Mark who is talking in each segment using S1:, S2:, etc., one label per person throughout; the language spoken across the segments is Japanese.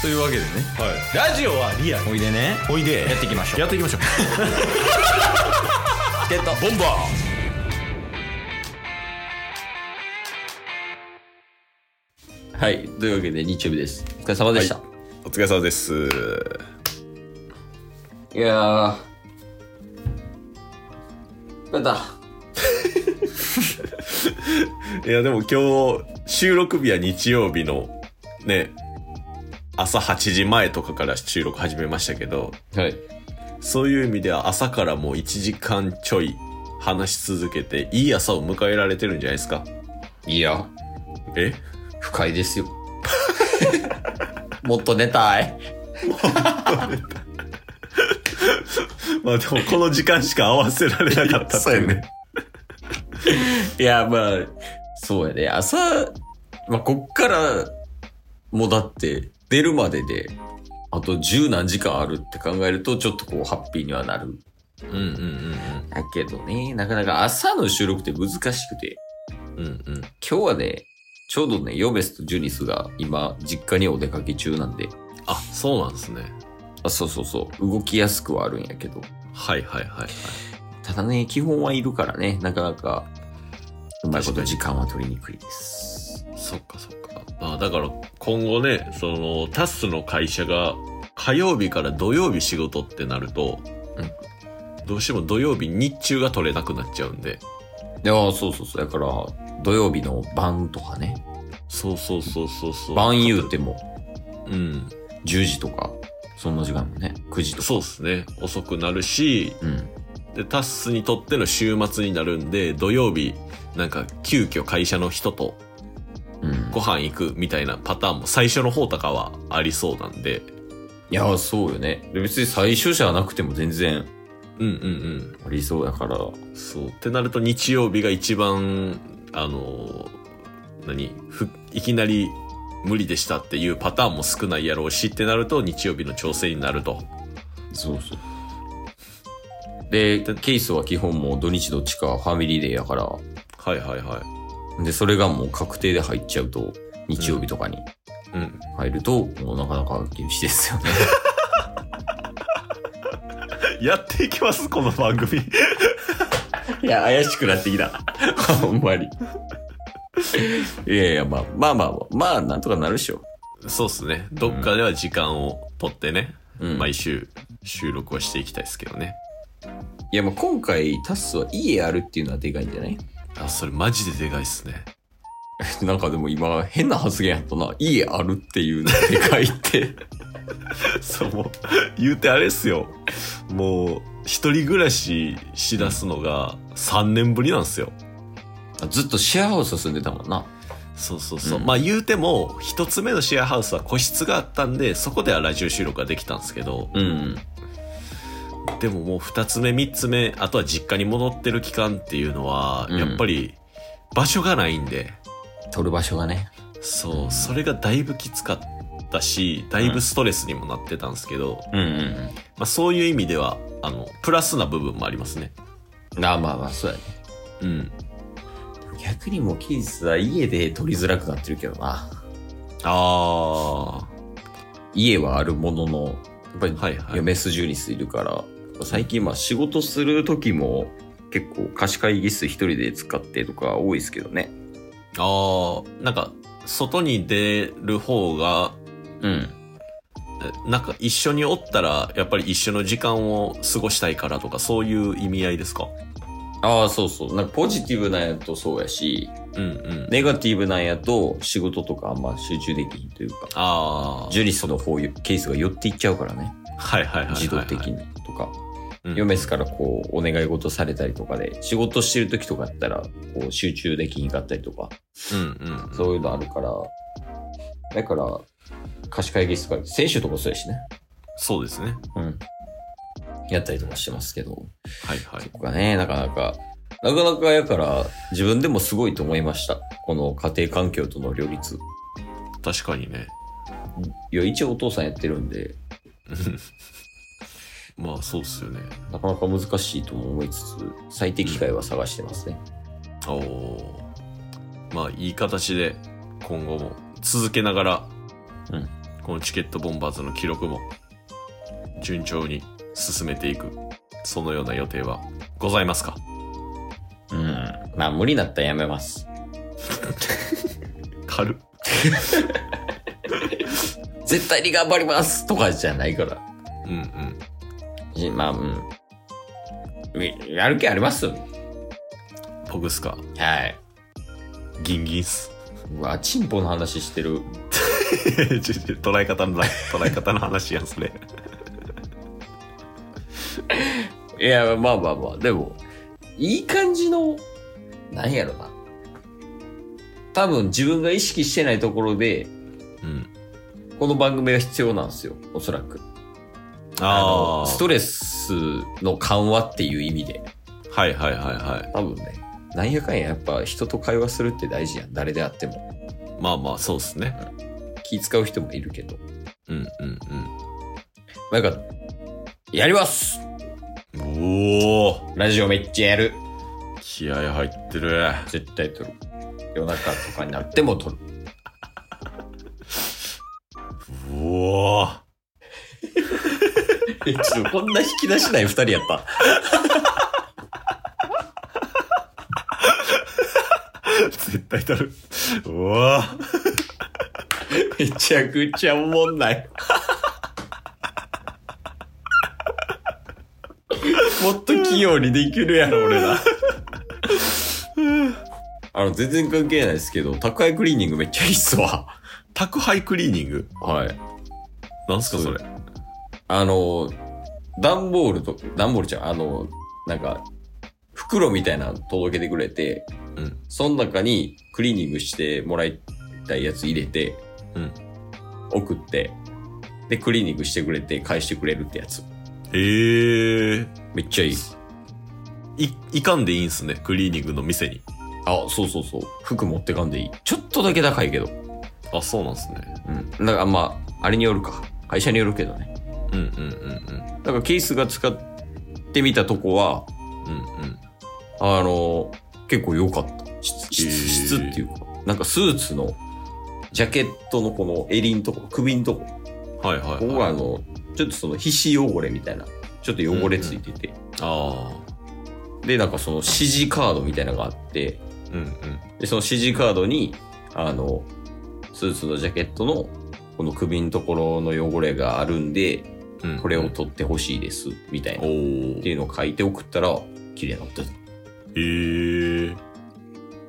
S1: というわけでね
S2: はい、ラジオはリアル
S1: おいでね
S2: おいで
S1: やっていきましょう
S2: やっていきましょう
S1: ゲット
S2: ボンバ
S1: はいというわけで日曜日ですお疲れ様でした、
S2: はーお疲れ様です
S1: い、やー疲れた
S2: いやでも今日収録日は日曜日のね朝8時前とかから収録始めましたけど
S1: はい
S2: そういう意味では朝からもう1時間ちょい話し続けていい朝を迎えられてるんじゃないですか
S1: いや
S2: え
S1: 不快です よもっと寝たい
S2: まあでもこの時間しか合わせられなかったっていうね。
S1: いやまあそうやね朝まあこっからもうだって出るまでであと十何時間あるって考えるとちょっとこうハッピーにはなる
S2: うんうん
S1: だけどねなかなか朝の収録って難しくて
S2: うんうん。うんうん。
S1: 今日はね、ちょうどね、ヨベスとジュニスが今、実家にお出かけ中なんで、
S2: あ、そうなんですね。
S1: あそうそうそう、動きやすくはあるんやけど、
S2: はいはいはいはい。
S1: ただね、基本はいるからね、なかなか、うまいこ
S2: 確か
S1: と
S2: に
S1: 時間は取りにくいです。
S2: そっかそっか。まあだから今後ね、そのタスの会社が火曜日から土曜日仕事ってなると、どうしても土曜日日中が取れなくなっちゃうんで。
S1: いやーそうそうそう、だから、土曜日の晩とかね、
S2: そうそうそうそうそう。
S1: 晩言うても、
S2: うん。
S1: 10時とか、そんな時間もね、9時とか。
S2: そうですね。遅くなるし、
S1: うん。
S2: でタッスにとっての週末になるんで土曜日なんか急遽会社の人と
S1: うん。
S2: ご飯行くみたいなパターンも最初の方とかはありそうなんで
S1: いやーそうよね。で別に最初じゃなくても全然
S2: うんうん
S1: ありそうやから、
S2: うんそうってなると日曜日が一番あのー何ふいきなり無理でしたっていうパターンも少ないやろうしってなると日曜日の調整になると
S1: そうそう。で、ケイスは基本もう土日どっちかファミリーデーやから、
S2: はいはいは
S1: で、それがもう確定で入っちゃうと、日曜日とかに
S2: いうん
S1: 入ると、もうなかなか厳しいですよね。
S2: やっていきますこの番組
S1: いや、怪しくなってきた。 ほんまに。いやいや、まあ、まあまあまあ、まあ、なんとかなるでしょ。
S2: そうっすねどっかでは時間を取ってね、
S1: うん。
S2: 毎
S1: い
S2: 週収録をしていきたいですけどね
S1: や、まあ今回、タスは家あるっていうのはでかいんじゃない
S2: あそれマジででかいっすね
S1: なんかでも今、変な発言やったな。家あるっていうのはでかい って。
S2: そうもう言うてあれっすよもう一人暮らししだすのが3年ぶりなんすよ
S1: ずっとシェアハウス住んでたもんな。
S2: そうそうそう、
S1: うん
S2: まあ言うても一つ目のシェアハウスは個室があったんでそこではラジオ収録ができたんですけど
S1: うん。
S2: でももう二つ目三つ目あとは実家に戻ってる期間っていうのは
S1: うん
S2: やっぱり場所がないんで、
S1: 撮る場所がね。
S2: そうそれがだいぶきつかったしだいぶストレスにもなってたんですけど、
S1: うんうん
S2: まあ、そういう意味ではあのプラスな部分もありますね
S1: うん。あまあまあ、そうやね。
S2: うん
S1: 逆にもう近日は家で撮りづらくなってるけどな。
S2: あ
S1: 家はあるものの、やっぱ
S2: はい
S1: り
S2: はい
S1: 嫁筋にすいるから、最近まあ仕事する時も結構貸し会議室一人で使ってとか多いですけどね。
S2: あーなんか外に出る方が
S1: うん。
S2: えなんか一緒におったらやっぱり一緒の時間を過ごしたいからとかそういう意味合いですか
S1: ああ、そうそう。なんかポジティブなんやとそうやし、
S2: うんうん
S1: ネガティブなんやと仕事とかあんま集中できひんというか、
S2: ああ
S1: ジュリスの方、ケースが寄っていっちゃうからね。
S2: はいはいはいはい、はい、
S1: 自動的にとか。
S2: うん
S1: ヨメスからこうお願い事されたりとかで仕事してる時とかあったらこう集中できんかったりとか
S2: うんうん
S1: そういうのあるからだから貸し会議室とか選手とかそうやしね
S2: そうですね
S1: うんやったりとかしてますけど
S2: はいはい
S1: 僕はねなかなかなかなかやから自分でもすごいと思いましたこの家庭環境との両立
S2: 確かにね
S1: いや一応お父さんやってるんで
S2: まあそうっすよね
S1: なかなか難しいとも思いつつ最適解は探してますね
S2: おおーまあいい形で今後も続けながら、
S1: うん
S2: このチケットボンバーズの記録も順調に進めていくそのような予定はございますか
S1: うん。まあ、無理だったらやめます。
S2: 軽っ
S1: 絶対に頑張りますとかじゃないから。
S2: うんうん
S1: しまあ、うん。みやる気ありますは
S2: 僕っすか
S1: い。
S2: ギンギンっす
S1: うわ、チンポの話してる。
S2: ちょちょ捉え方のな捉え方の話やんそれ
S1: いや、まあまあまあ、でも、いい感じの、なんやろな。多分自分が意識してないところで、
S2: うん
S1: この番組が必要なんですよ、おそらく。
S2: あ
S1: の
S2: あ
S1: ストレスの緩和っていう意味で。
S2: はいはいはいはい
S1: 多分ね。なんやかんややっぱ人と会話するって大事やん。誰であっても。
S2: まあまあそうっすね
S1: 気使う人もいるけど。
S2: うんうん
S1: なんか、やります
S2: うんおお
S1: ラジオめっちゃやる。
S2: 気合入ってる
S1: 絶対撮る。夜中とかになっても撮る。
S2: おお
S1: え、ちょっとこんな引き出しない二人やった。
S2: 絶対取るうわー
S1: めちゃくちゃおもんない。もっと器用にできるやろ、俺ら。あの、全然関係ないですけど、宅配クリーニングめっちゃいいっすわ。
S2: 宅配クリーニング
S1: はい。
S2: なんすかそれ
S1: あの、段ボールと、段ボールちゃう、あの、なんか、袋みたいなの届けてくれて、
S2: うん
S1: その中にクリーニングしてもらいたいやつ入れて、
S2: うん
S1: 送って、で、クリーニングしてくれて返してくれるってやつ。
S2: へえ
S1: めっちゃいい。
S2: いいかんでいいんすねクリーニングの店に
S1: あ、そうそうそう。服持ってかんでいい。ちょっとだけ高いけど。
S2: あそうなんすね
S1: うん。だからまあ、あれによるか。会社によるけどね。
S2: うんうんうん
S1: だからケースが使ってみたとこは、
S2: うんうんうん
S1: あの、結構良かった。質、
S2: へー
S1: 質質っていうか、なんかスーツの、ジャケットのこの襟のとこ、首のとこ、
S2: はいはい、はい、
S1: ここがあの、ちょっとその皮脂汚れみたいな、ちょっと汚れついてて、
S2: あ
S1: で、なんかその指示カードみたいなのがあって、
S2: あうんうん
S1: で、その指示カードに、あの、スーツのジャケットの、この首のところの汚れがあるんで、
S2: うん
S1: これを取ってほしいです、みたい
S2: お
S1: な。っ
S2: ー
S1: ていうのを書いて送ったら、綺麗になった。
S2: へえ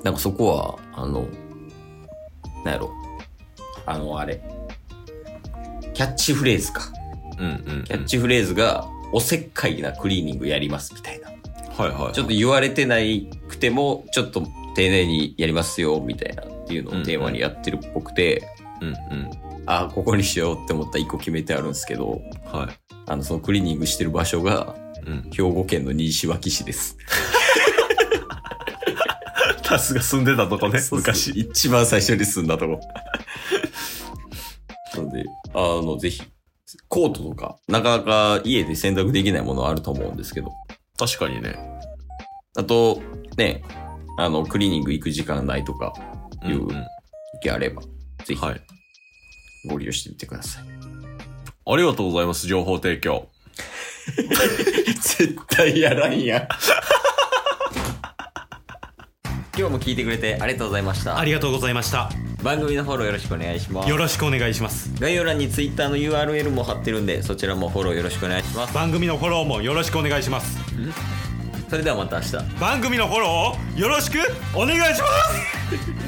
S1: なんかそこは、あの、なんやろ。あの、あれ。キャッチフレーズか。
S2: うんうん
S1: キャッチフレーズが、おせっかいなクリーニングやりますみたいな。
S2: はいはい
S1: ちょっと言われてないくても、ちょっと丁寧にやりますよ、みたいなっていうのをテーマにやってるっぽくて、
S2: うんうん
S1: ああ、ここにしようって思ったら一個決めてあるんですけど、
S2: はい
S1: あの、そのクリーニングしてる場所が、
S2: うん、
S1: 兵庫県の西脇市です。
S2: タスが住んでたとこね
S1: そうそう
S2: 昔
S1: 一番最初に住んだと こ。なんで、あの、ぜひ、コートとか、なかなか家で洗濯できないものあると思うんですけど、
S2: 確かにね
S1: あと、ね、あの、クリーニング行く時間ないとか、
S2: うんうん
S1: いう時あれば、ぜひ
S2: はい
S1: ご利用してみてください。
S2: ありがとうございます情報提供
S1: 絶対やらんや。 今日も聞いてくれてありがとうございました
S3: あ。りがとうございました
S1: 番組のフォローよろしくお願いします
S3: よ。ろしくお願いします
S1: 概要欄に Twitter の URL も貼ってるんで、そちらもフォローよろしくお願いします。
S3: 番組のフォローもよろしくお願いします
S1: それではまた明日。
S3: 番組のフォローをよろしくお願いします